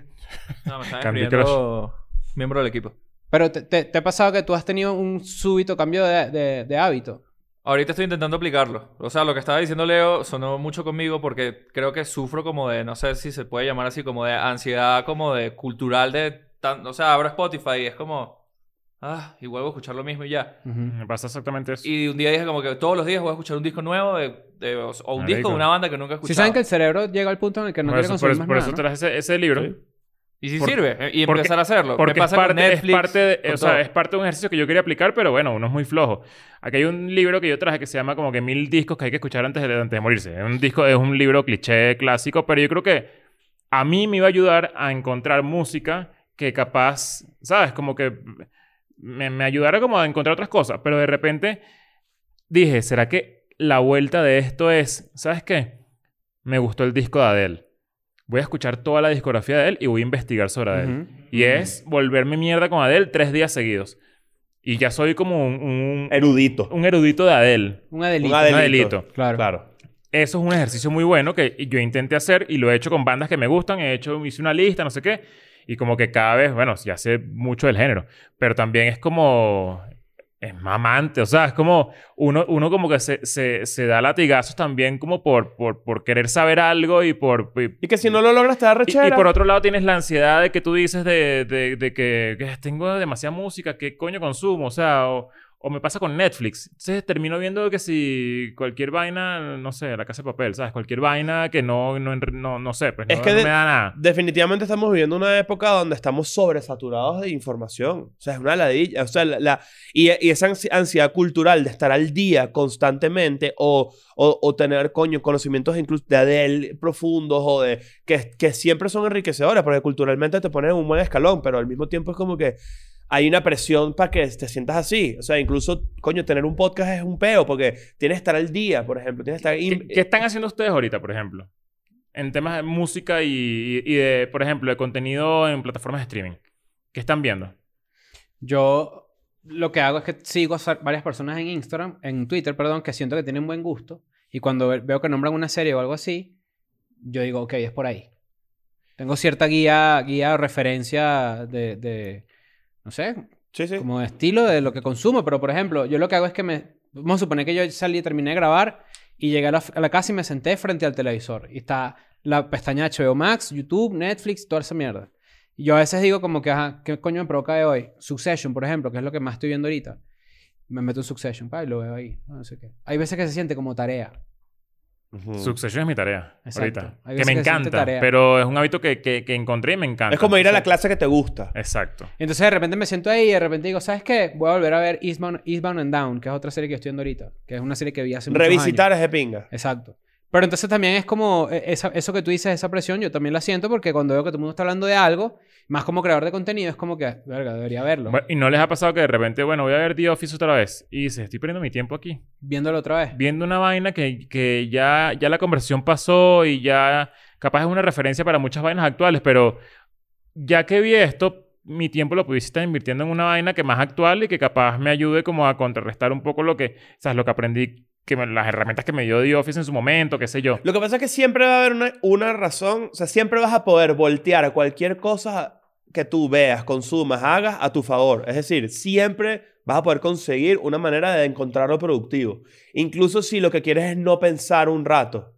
No, me están
Candy
escribiendo miembro del equipo.
Pero te, te- te ha pasado que tú has tenido un súbito cambio de, de- de hábito.
Ahorita estoy intentando aplicarlo. O sea, lo que estaba diciendo Leo sonó mucho conmigo porque creo que sufro como de, no sé si se puede llamar así, como de ansiedad, como de cultural de... Tan, o sea, abro Spotify y es como... Ah, y vuelvo a escuchar lo mismo y ya.
Me pasa Mm, exactamente eso.
Y un día dije como que todos los días voy a escuchar un disco nuevo de, de- o, o un
Marico.
disco de una banda que nunca he escuchado.
Si saben que el cerebro llega al punto en el que no
por eso,
quiere
por
consumir
eso-
más
por
nada,
eso
¿no?
traje ese, ese libro.
Sí.
Y si
Por-
sirve. eh, Y
porque-
empezar a hacerlo.
Porque
Me pasa
es
con
parte, es
Netflix,
parte de,
con
o sea,
todo.
es parte de un ejercicio que yo quería aplicar, pero bueno, uno es muy flojo. Aquí hay un libro que yo traje que se llama como que mil discos que hay que escuchar antes de, antes de morirse. Es un disco, es un libro cliché clásico, pero yo creo que a mí me iba a ayudar a encontrar música que capaz, ¿sabes? Como que me, me ayudara como a encontrar otras cosas. Pero de repente dije, ¿será que la vuelta de esto es, ¿sabes qué? Me gustó el disco de Adele. Voy a escuchar toda la discografía de él y voy a investigar sobre Adele.
Ujú.
Y es volverme mierda con Adele tres días seguidos. Y ya soy como un, un,
Erudito.
un erudito de Adele.
Un adelito.
Un
Un
Adelito.
adelito.
Claro.
Claro.
Eso es un ejercicio muy bueno que yo intenté hacer y lo he hecho con bandas que me gustan. He hecho, hice una lista, no sé qué. Y como que cada vez, bueno, ya sé mucho del género. Pero también es como... Es mamante, o sea, es como uno, uno como que se, se, se da latigazos también como por, por, por querer saber algo y por, y-
Y que si no lo logras, te da
y-
rechera.
Y, por otro lado tienes la ansiedad de que tú dices de, de- de que, que tengo demasiada música, ¿qué coño consumo? O sea, o, o me pasa con Netflix. Entonces termino viendo que si cualquier vaina, no sé, la casa de papel, ¿sabes? Cualquier vaina que no, no, en- no, no sé, pues no,
Es que
no
de-
me da nada.
Definitivamente estamos viviendo una época donde estamos sobresaturados de información. O sea, es una ladilla. O sea, la, la- y, y esa ansi- ansiedad cultural de estar al día constantemente o, o, o tener, coño, conocimientos incluso de Adele profundos o de... Que, que siempre son enriquecedores porque culturalmente te ponen en un buen escalón, pero al mismo tiempo es como que hay una presión para que te sientas así. O sea, incluso, coño, tener un podcast es un peo porque tienes que estar al día, por ejemplo. Tienes que estar...
¿Qué,
in-
qué están haciendo ustedes ahorita, por ejemplo? En temas de música y, y de, por ejemplo, de contenido en plataformas de streaming. ¿Qué están viendo?
Yo lo que hago es que sigo a sar- varias personas en Instagram, en Twitter, perdón, que siento que tienen buen gusto. Y cuando ve- veo que nombran una serie o algo así, yo digo, ok, es por ahí. Tengo cierta guía, guía o referencia de, de, no sé,
Sí, sí.
como de estilo de lo que consumo. Pero, por ejemplo, yo lo que hago es que me... Vamos a suponer que yo salí, terminé de grabar y llegué a la, a la casa y me senté frente al televisor. Y está la pestaña HBO Max, YouTube, Netflix, toda esa mierda. Y yo a veces digo como que, ajá, ¿qué coño me provoca de hoy? Succession, por ejemplo, que es lo que más estoy viendo ahorita. Me meto en Succession, pa, y lo veo ahí. No sé qué. Hay veces que se siente como tarea.
Ujú.
Succession es mi tarea
Exacto. Hay
ahorita. Que
veces
me
que se siente
encanta,
tarea.
pero es un hábito que, que, que encontré y me encanta.
Es como ir a la
Entonces-
clase que te gusta.
Exacto.
Entonces de repente me siento ahí y de repente digo, ¿sabes qué? Voy a volver a ver Eastbound, Eastbound and Down, que es otra serie que estoy viendo ahorita. Que es una serie que vi hace muchos años.
Revisitar es de pinga.
Exacto. Pero entonces también es como eh, esa- eso que tú dices, esa presión, yo también la siento porque cuando veo que todo el mundo está hablando de algo, más como creador de contenido, es como que, verga, debería verlo.
Bueno, ¿Y no les ha pasado que de repente, bueno, voy a ver The Office otra vez? Y dices, estoy perdiendo mi tiempo aquí.
Viéndolo otra vez.
Viendo una vaina que, que ya, ya la conversión pasó y ya capaz es una referencia para muchas vainas actuales, pero ya que vi esto, mi tiempo lo pudiese estar invirtiendo en una vaina que más actual y que capaz me ayude como a contrarrestar un poco lo que, o sea, lo que aprendí, que me- las herramientas que me dio The Office en su momento, qué sé yo.
Lo que pasa es que siempre va a haber una, una razón, o sea, siempre vas a poder voltear cualquier cosa que tú veas, consumas, hagas a tu favor. Es decir, siempre vas a poder conseguir una manera de encontrar lo productivo. Incluso si lo que quieres es no pensar un rato.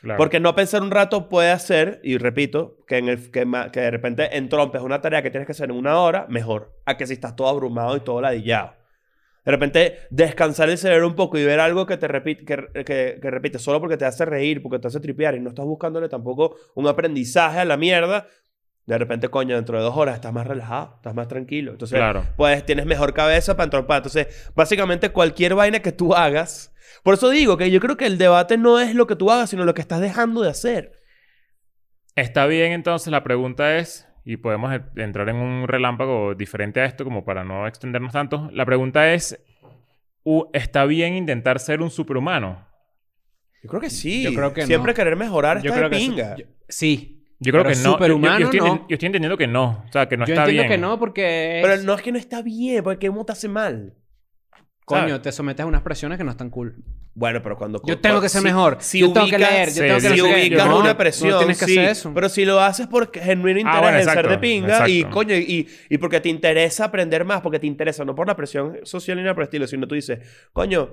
Claro.
Porque no pensar un rato puede hacer, y repito, que, en el, que, ma- que de repente entrompes una tarea que tienes que hacer en una hora, mejor. A que si estás todo abrumado y todo ladillado. De repente, descansar el cerebro un poco y ver algo que te repite, que, que, que repite solo porque te hace reír, porque te hace tripear y no estás buscándole tampoco un aprendizaje a la mierda. De repente, coño, dentro de dos horas estás más relajado, estás más tranquilo. Entonces,
Claro.
pues tienes mejor cabeza para entrompar. Entonces, básicamente cualquier vaina que tú hagas. Por eso digo que yo creo que el debate no es lo que tú hagas, sino lo que estás dejando de hacer.
Está bien, entonces la pregunta es, y podemos e- entrar en un relámpago diferente a esto, como para no extendernos tanto. La pregunta es, u- ¿está bien intentar ser un superhumano?
Yo creo que sí.
Yo creo que
Siempre
no.
querer mejorar
Yo
está
creo
de
que eso-
pinga.
yo- sí.
Yo creo
Pero
que no. Yo-
superhumano,
yo, yo, estoy,
no.
yo estoy entendiendo que no. O sea, que no
yo
está
entiendo
bien.
que no porque es-
Pero no es que no está bien, porque ¿cómo te hace mal?
coño,
¿sabes?
te sometes a unas presiones que no están cool.
Bueno, pero cuando...
Yo tengo que ser
si-
mejor.
Si
yo
ubicas,
tengo que leer. Yo
sí,
tengo que
no
si
sé qué.
ubicas
No,
una presión,
No tienes que
sí.
hacer eso.
Pero si lo haces por genuino interés
Ah, bueno,
en ser
exacto,
de pinga y
exacto.
coño, y, y porque te interesa aprender más, porque te interesa, no por la presión social ni nada por el estilo, sino tú dices, coño,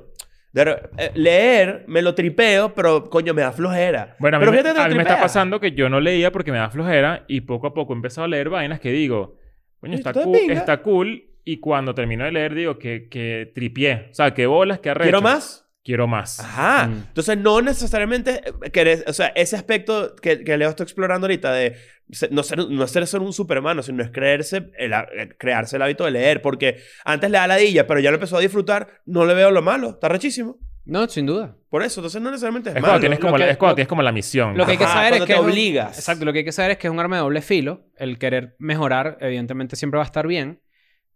de re- eh, leer me lo tripeo, pero coño, me da flojera.
Bueno, a mí,
pero
me,
fíjate que te lo
a mí me está
tripeas.
pasando que yo no leía porque me da flojera y poco a poco he empezado a leer vainas que digo, coño, está,
Está
cool,
pinga.
está cool. Y cuando termino de leer digo que, que tripié. O sea, que bolas, que arrecho.
¿Quiero más?
Quiero más.
Ajá.
Mm.
Entonces, no necesariamente eh, querés, o sea, ese aspecto que, que Leo está explorando ahorita de se- no ser, no ser solo un supermano, sino es creerse, el, ha- eh, crearse el hábito de leer, porque antes le da ladilla, pero ya lo empezó a disfrutar, no le veo lo malo, está rechísimo.
No, sin duda.
Por eso, entonces no necesariamente es,
es,
malo.
cuando tienes
lo
como la,
que-
es cuando
lo-
tienes como la misión.
Lo que hay que
Ajá,
saber es
cuando
que
te
es un-
obligas.
exacto, lo que hay que saber es que es un arma de doble filo. El querer mejorar, evidentemente, siempre va a estar bien.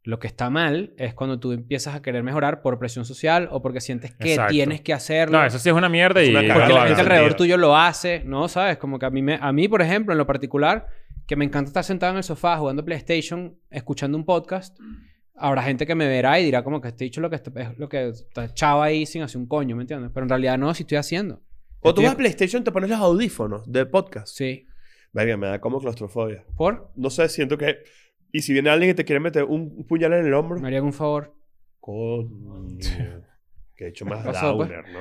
Lo que está mal es cuando tú empiezas a querer mejorar por presión social o porque sientes que
Exacto.
tienes que hacerlo.
No, eso sí es una mierda
Es
y...
una
no
cagada.
porque
lo
la gente
hagas.
claro.
alrededor tuyo lo hace, ¿no? ¿Sabes? Como que a mí, me, a mí, por ejemplo, en lo particular, que me encanta estar sentado en el sofá jugando PlayStation, escuchando un podcast, habrá gente que me verá y dirá como que este dicho lo que está, es lo que está echado ahí sin hacer un coño, ¿me entiendes? Pero en realidad no, si estoy haciendo.
O tú
Estoy-
vas a PlayStation, te pones los audífonos de podcast.
Sí.
Verga, me da como claustrofobia.
¿Por?
No sé, siento que. Y si viene alguien que te quiere meter un puñal en el hombro.
Me harían un favor. [laughs]
Coño. Que he hecho más
Pasó, pues.
downer, ¿no?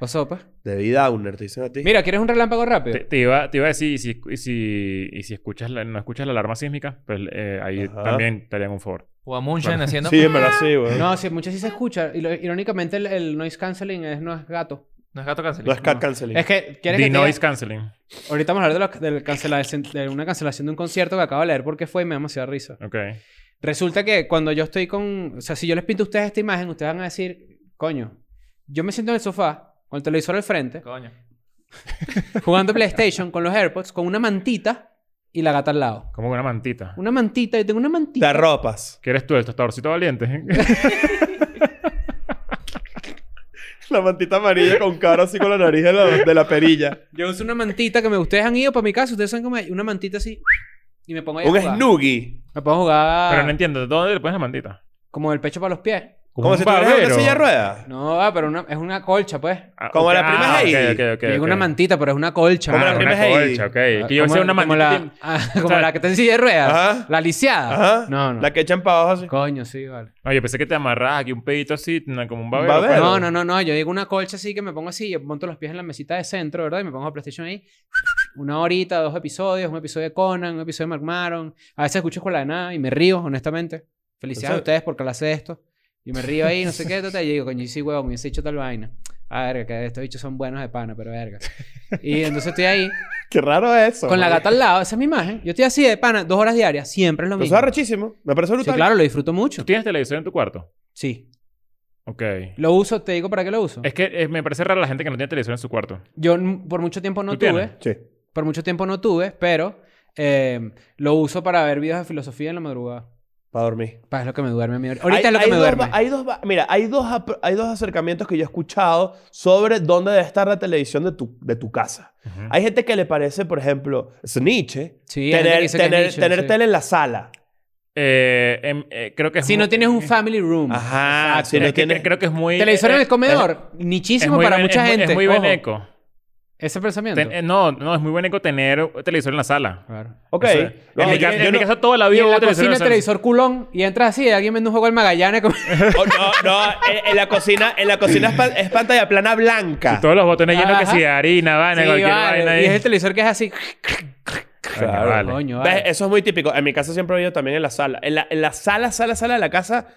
Pasó, pues.
De vida downer, te dicen a ti.
Mira, ¿quieres un relámpago rápido?
Te, te iba, te iba a decir, y si, y si, y si escuchas la- no escuchas la alarma sísmica, pues eh, ahí
Ajá.
también te harían un favor.
O a Munchen
Claro.
haciendo...
Sí, en verdad sí, güey.
No, sí, muchas sí se escucha. Y lo- Irónicamente, el, el noise canceling es, no es gato.
No es gato
No
cancelado.
es cat canceling.
Es que, ¿quieres que
The
te diga?
noise canceling.
Ahorita vamos a hablar de, los- del cancelación- de una cancelación de un concierto que acabo de leer porque fue y me da demasiada risa.
Ok.
Resulta que cuando yo estoy con... O sea, si yo les pinto a ustedes esta imagen, ustedes van a decir, coño, yo me siento en el sofá, con el televisor al frente,
Coño.
jugando PlayStation con los AirPods, con una mantita y la gata al lado.
Como una mantita.
Una mantita, yo tengo una
Te
mantita.
arropas.
¿Quieres tú el tostadorcito valiente?
[laughs]
[laughs]
La mantita amarilla con cara así con la nariz de la, de la
[laughs]
perilla.
Yo uso una mantita que me ustedes han ido para mi casa, ustedes saben cómo es, una mantita así y me pongo ahí a
Un
jugar.
snuggie.
Me pongo a jugar
Pero no entiendo, ¿de dónde le pones la mantita?
como del pecho para los pies.
Como
un
si tuvieras una
babero.
silla de rueda.
No, ah, pero una- es una colcha, pues.
Ah,
Como
ok.
la prima
Ah, ok,
Heidi.
ok, ok,
Yo digo
ok.
una mantita, pero es una colcha.
Como
mano.
la
Ah,
prima
una
Heidi.
colcha, ok. Es que yo
Ah, Como-
sé una
como
mantita.
la, ah,
[laughs]
como
sea-
la que está en silla de ruedas.
Ajá.
La lisiada.
Ajá.
No, no.
La que echan para abajo así.
Coño, sí, vale.
No, yo pensé que te amarras aquí un pedito así, no, como un babero.
Babero.
pero-
No, no, no, no. Yo digo una colcha así que me pongo así. Yo monto los pies en la mesita de centro, ¿verdad? Y me pongo a PlayStation ahí. Una horita, dos episodios. Un episodio de Conan, un episodio de McMaron. A veces escucho Escuela de Nada y me río, honestamente. Felicidades a
Entonces-
ustedes por clase de esto. Y me río ahí, no sé qué, tata, y yo digo, coño, sí, huevón, hubiese hecho tal vaina. Ah, verga, que estos bichos son buenos de pana, pero verga. Y entonces
[laughs]
estoy ahí,
Qué raro es eso.
con la
marico.
gata al lado, esa es mi imagen. Yo estoy así de pana, dos horas diarias, siempre es lo
Pero eso
mismo.
es arrechísimo. Me parece
Sí,
brutal.
claro, lo disfruto mucho.
¿Tú tienes televisor en tu cuarto?
Sí.
Ok.
Lo uso, te digo para qué lo uso.
Es que eh, me parece rara la gente que no tiene televisión en su cuarto.
Yo n- por mucho tiempo no
¿Tú
tuve,
tienes?
Sí.
por mucho tiempo no tuve, pero eh, lo uso para ver videos de filosofía en la madrugada.
Para dormir.
Pa, es lo que me duerme a mí. Ahorita es lo que me
dos
duerme.
va- hay dos, va- mira, hay dos, apro- hay dos acercamientos que yo he escuchado sobre dónde debe estar la televisión de tu, de tu casa.
Ujú.
Hay gente que le parece, por ejemplo, es Nietzsche,
Sí, hay gente que
tener,
dice que es
tener-
nicho,
tener
sí.
tele en la sala.
Eh, em, eh, creo que es
Si
muy-
no tienes un
eh,
family room.
Ajá,
Exacto.
si no
es que
tienes-
creo que es muy.
Televisor en
eh,
el comedor.
es- es
nichísimo
muy
para
ben-
mucha
es muy-
gente.
Es muy
Ojo,
beneco.
Ese pensamiento.
Ten- eh, no, no, es muy beneco tener televisor en la sala.
Claro.
Ok.
O sea,
No,
en mi,
yo-
ca-
yo
en mi
no-
casa toda la
Y
vida
en
hubo
la
televisor en
cocina,
la sala.
televisor culón. Y entras así, y alguien vende un juego al
[laughs]
Magallanes. como-
Oh, no, no, en, en la cocina, en la cocina es, pan- es pantalla plana blanca.
Y todos los botones llenos que
Ajá.
si de harina, vaina,
[laughs] Sí,
cualquier
vale.
vaina
Y
ahí.
es el televisor que es así.
Coño,
Claro.
vale.
Coño,
¿Ves?
vale.
Eso es muy típico. En mi casa siempre había también en la sala. En la, en la sala, sala, sala de la casa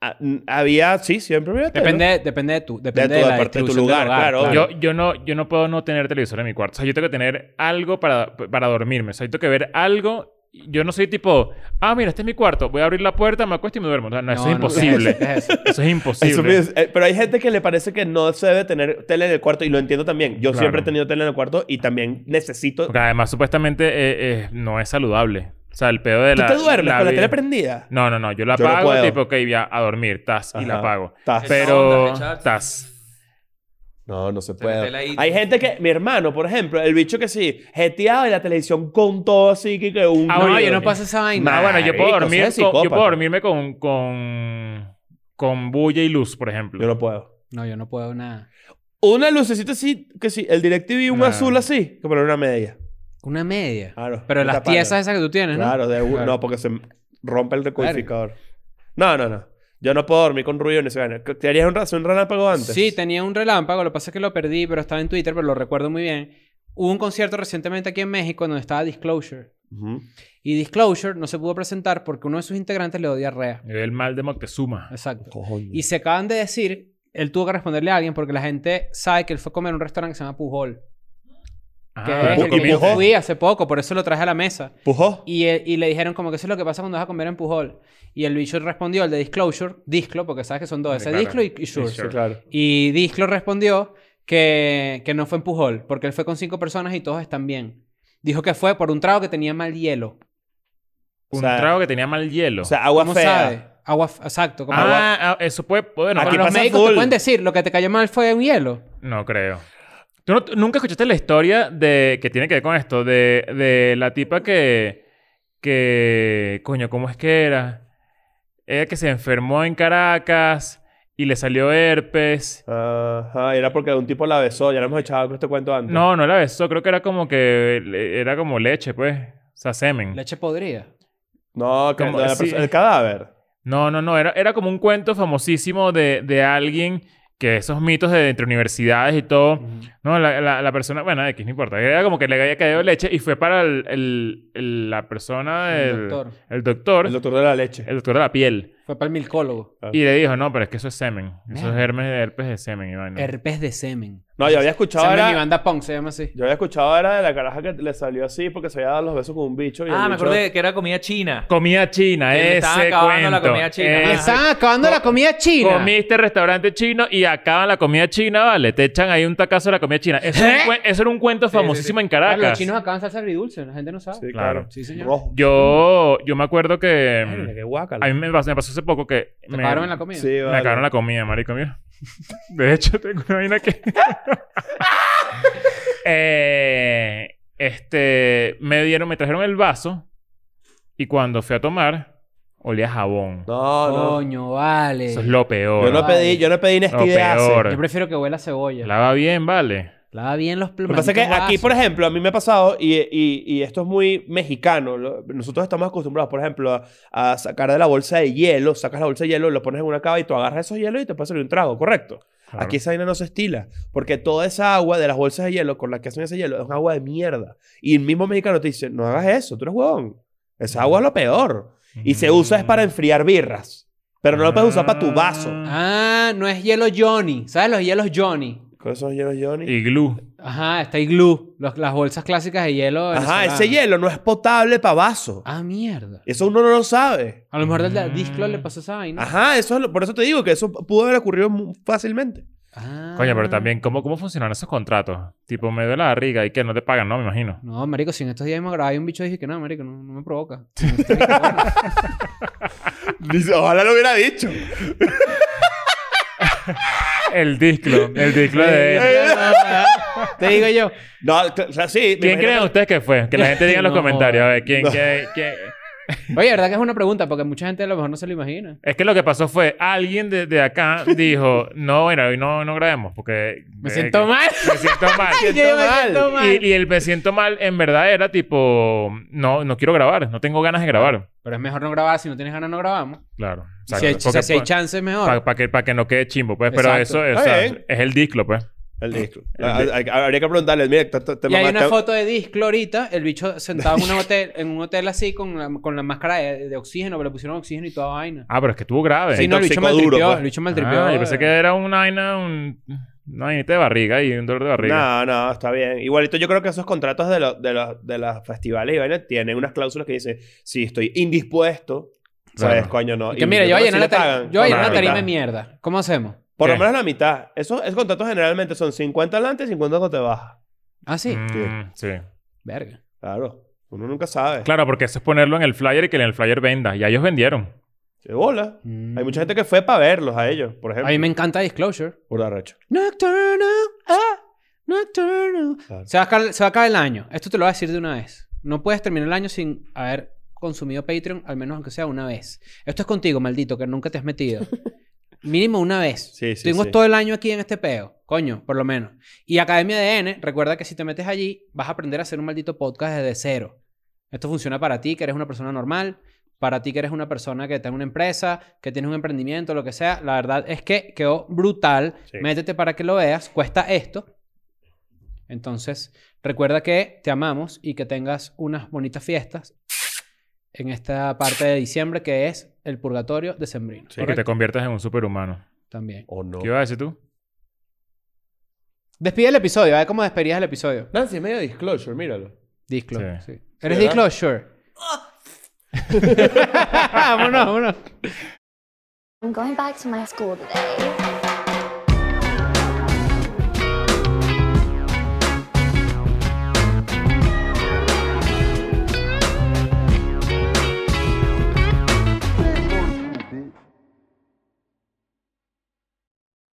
a- n- había, sí, siempre había tele.
Depende, depende de tu, depende
tu-
de, la
de tu
distribución
lugar,
del hogar,
claro,
Yo, yo, no, yo no puedo no tener televisor en mi cuarto. O sea, yo tengo que tener algo para, para dormirme. O sea, yo tengo que ver algo. Yo no soy tipo, ah, mira, este es mi cuarto. Voy a abrir la puerta, me acuesto y me duermo. O sea, no, eso es
no, ¿qué
imposible.
¿Qué [laughs] es
Eso
eso?
es
Eso
imposible.
me- eh, pero hay gente que le parece que no se debe tener tele en el cuarto y lo entiendo también. Yo
Claro.
siempre he tenido tele en el cuarto y también necesito...
Porque además, supuestamente, eh, eh, no es saludable. O sea, el pedo de
¿Tú
la.
te duermes
la
con la
vida-
tele prendida?
No, no, no. Yo la
Yo no
apago,
puedo.
tipo, ok, ya a dormir, tas, y la
Ajá.
apago.
Estás-
Esa
Pero.
onda, echar-
Tas.
No, no se
tela ahí.
puede. Hay gente que... Mi hermano, por ejemplo, el bicho que sí, jeteado de la televisión con todo así que... que un
Ah,
No,
bueno,
yo
ruido.
no paso esa vaina.
Ah, bueno, yo puedo
Marico,
dormir.
seas
con- yo puedo
psicópata.
dormirme con. con. con bulla y luz, por ejemplo.
Yo no puedo.
No, yo no puedo nada.
Una lucecita así, que sí, el DirecTV un
Nah.
azul así, que poner una media.
Una media.
Claro.
Pero las
Taparla.
piezas esas que tú tienes, ¿no?
Ah, Claro, de un-
Claro.
no, porque se m- rompe el decodificador. No, no, no. Yo no puedo dormir con ruido ni se gana. ¿Te harías un, ra- un relámpago antes?
Sí, tenía un relámpago, lo que pasa es que lo perdí, pero estaba en Twitter, pero lo recuerdo muy bien. Hubo un concierto recientemente aquí en México donde estaba Disclosure.
Ujú.
Y Disclosure no se pudo presentar porque uno de sus integrantes le dio diarrea.
El mal de Moctezuma.
Exacto.
Cojones.
Y se acaban de decir, él tuvo que responderle a alguien porque la gente sabe que él fue a comer a un restaurante que se llama Pujol. Que
Ah,
es el
¿y
que yo
Pujol?
fui hace poco, por eso lo traje a la mesa.
¿Pujó?
Y, eh, y le dijeron como que eso es lo que pasa cuando vas a comer en Pujol. Y el bicho respondió, el de Disclosure, Disclo, porque sabes que son dos,
Sí,
ese
claro.
Disclo y, y Shure.
Y Shure.
Sí, claro.
Y Disclo respondió que, que no fue en Pujol, porque él fue con cinco personas y todos están bien. Dijo que fue por un trago que tenía mal hielo.
Un
O sea-
trago que tenía mal hielo.
O sea, agua
¿Cómo
fea.
sabe? Agua, f- exacto. Como agua.
ah, ah, eso puede. Bueno,
Aquí
Pero los
pasa
médicos
full.
te pueden decir, lo que te cayó mal fue un hielo.
No creo. ¿Tú no- nunca escuchaste la historia de que tiene que ver con esto? De, de la tipa que. que. Coño, ¿cómo es que era? Ella que se enfermó en Caracas y le salió herpes.
Ajá, era porque un tipo la besó. Ya lo hemos echado con este cuento antes.
No, no era eso. Creo que era como que. le- Era como leche, pues. O sea,
Mm.
semen.
Leche podrida.
No, que
Como-
de la
sí.
persona- el cadáver.
No, no, no. Era, era como un cuento famosísimo de, de alguien que esos mitos de entre universidades y todo. No, la, la, la persona, bueno, X, no importa. Era como que le había caído leche y fue para el, el- el- la persona,
El
del- el
doctor.
doctor,
El
el doctor,
doctor de la leche.
de la piel.
Fue para el milcólogo.
Ah.
Y le dijo, no, pero es que eso es semen. Eso es
Mierda.
hermes, herpes de semen, Iván.
Herpes de semen.
No, Mm. yo Eh, había escuchado
Semen y
era...
banda punk se llama así.
Yo había escuchado era de la caraja que le salió así porque se había dado los besos con un bicho. Y
Ah,
el
me
bicho-
acordé que era comida china.
Comida china,
Que le
ese
estaban acabando
cuento.
la comida china. Ah,
Ese-
Le Están acabando la comida china.
Comiste restaurante chino y acaban la comida china, ¿vale? Te echan ahí un tacazo de la comida china. Eso, era, un cuen- eso era un cuento
¿Eh? Sí, sí, sí.
famosísimo en
Claro,
Caracas.
los chinos acaban salsa agridulce, la gente no sabe.
Sí,
Claro.
claro.
Sí, señor.
Rojo.
Yo, yo me acuerdo que...
Verga,
mm,
qué guácala.
A mí me pasó, me pasó hace poco que...
Te
me-
pagaron en la comida.
Sí,
Me
vale.
acabaron la comida, marico,
[laughs]
mira. De hecho, tengo una vaina que... Eh, este... Me dieron... Me trajeron el vaso. Y cuando fui a tomar, olía a jabón.
No, no.
Coño, vale.
Eso es lo peor.
Yo no pedí, yo no pedí
Lo
Nesquí de Ace.
peor.
Yo prefiero que huela a cebolla.
Lava bien, vale.
Lava bien los
Lo que pasa es que aquí, por ejemplo, a mí me ha pasado, y, y- y esto es muy mexicano, lo- nosotros estamos acostumbrados, por ejemplo, a, a sacar de la bolsa de hielo, sacas la bolsa de hielo, lo pones en una cava y tú agarras esos hielos y te puedes salir un trago, ¿correcto?
Claro.
Aquí esa vaina no se estila, porque toda esa agua de las bolsas de hielo con las que hacen ese hielo es un agua de mierda. Y el mismo mexicano te dice, no hagas eso, tú eres huevón. Esa agua es lo peor. Y se usa es para enfriar birras, pero no lo puedes usar para tu vaso.
Ah, no es hielo Johnny. ¿Sabes los hielos Johnny?
¿Cuáles son los hielos, Johnny?
Iglú.
Ajá, está Iglú. los- las bolsas clásicas de hielo.
Ajá,
venezolanas.
ese hielo no es potable para vaso.
Ah, mierda.
Eso uno no lo sabe.
A lo mejor desde
Mm.
la Disclo le pasó esa vaina.
Ajá, eso es lo- por eso te digo que eso pudo haber ocurrido mu- fácilmente.
Ah.
Coño, pero también, ¿cómo, ¿cómo funcionan esos contratos? Tipo, me duele la barriga y que no te pagan, ¿no? Me imagino.
No, marico, si en estos días me grababa y un bicho dije que no, marico, no, no
[laughs]
me provoca.
Dice, Ojalá lo hubiera dicho.
El disclo. El disclo de...
Te digo yo.
No, cl- o sea, sí.
¿Quién
me imagino
creen
que-
ustedes que fue? Que la gente diga en los
[laughs] No.
comentarios. A ver, ¿quién,
No.
qué- qué-
Oye, verdad que es una pregunta porque mucha gente a lo mejor no se lo imagina.
Es que lo que pasó fue, alguien de, de acá dijo, no, bueno, hoy no, no grabemos porque... eh,
Me siento mal.
Me siento mal.
[laughs] Yo me siento mal.
Y, y el me siento mal en verdad era tipo, no, no quiero grabar, no tengo ganas de grabar.
Pero es mejor no grabar. Si no tienes ganas, no grabamos.
Claro.
Si hay, o sea, si hay chance, es mejor.
Para que, pues, pa' que no quede chimbo, pues. Pero
Exacto.
eso, eso,
Está
es,
bien.
el disclo, pues.
El disco. Ah, hay- hay- Habría que preguntarle, mira, te, te- te
Y hay
mamaste-
una foto de Disclo ahorita, el bicho sentado en, un hotel, en un hotel así con la, con la máscara de, de oxígeno, pero le pusieron oxígeno y toda vaina.
Ah, pero es que estuvo grave.
sí, no, el bicho
intoxicó
maltripió,
duro, pues.
el bicho eh. maltripió.
Ah, yo pensé que era una vaina, un, una vainita de barriga y un dolor de barriga.
No, no, está bien. Igualito yo creo que esos contratos de, los de, los de las festivales y vaina tienen unas cláusulas que dicen, si estoy indispuesto,
Claro.
pues coño no.
Y que mira, yo voy a
creo que sí
llenar
le
la tarima-
pagan.
yo voy
Claro.
a llenar una tarima de
mitad.
mierda. ¿Cómo hacemos?
Por lo
¿Qué?
menos la mitad. Esos, esos contratos generalmente son 50 adelante y 50 cuando te baja.
Ah, sí.
Mm, sí.
Verga.
Claro. Uno nunca sabe.
Claro, porque eso es ponerlo en el flyer y que en el flyer venda. Y ellos vendieron.
Se bola.
Mm.
Hay mucha gente que fue para verlos a ellos, por ejemplo.
A mí me encanta Disclosure.
Puro arrecho.
Nocturnal, ah, nocturnal.
Claro.
Se va, a acabar, se va a acabar el año. Esto te lo voy a decir de una vez. No puedes terminar el año sin haber consumido Patreon, al menos aunque sea una vez. Esto es contigo, maldito, que nunca te
[laughs]
has metido. Mínimo una vez.
Sí, sí,
Tuvimos
sí.
todo el año aquí en este peo. Coño, por lo menos. Y Academia DN, recuerda que si te metes allí, vas a aprender a hacer un maldito podcast desde cero. Esto funciona para ti, que eres una persona normal, para ti que eres una persona que tiene una empresa, que tienes un emprendimiento, lo que sea. La verdad es que quedó brutal.
Sí.
Métete para que lo veas. Cuesta esto. Entonces, recuerda que te amamos y que tengas unas bonitas fiestas en esta parte de diciembre que es el purgatorio decembrino.
Y que te conviertas en un superhumano.
También.
O no.
¿Qué ibas a decir tú?
Despide el episodio, a ver cómo despedías el episodio.
Nancy, medio disclosure, míralo.
Disclosure.
Sí.
Sí. ¿Eres
¿verdad?
Disclosure? [laughs] vámonos, vámonos.
I'm going back to my school today.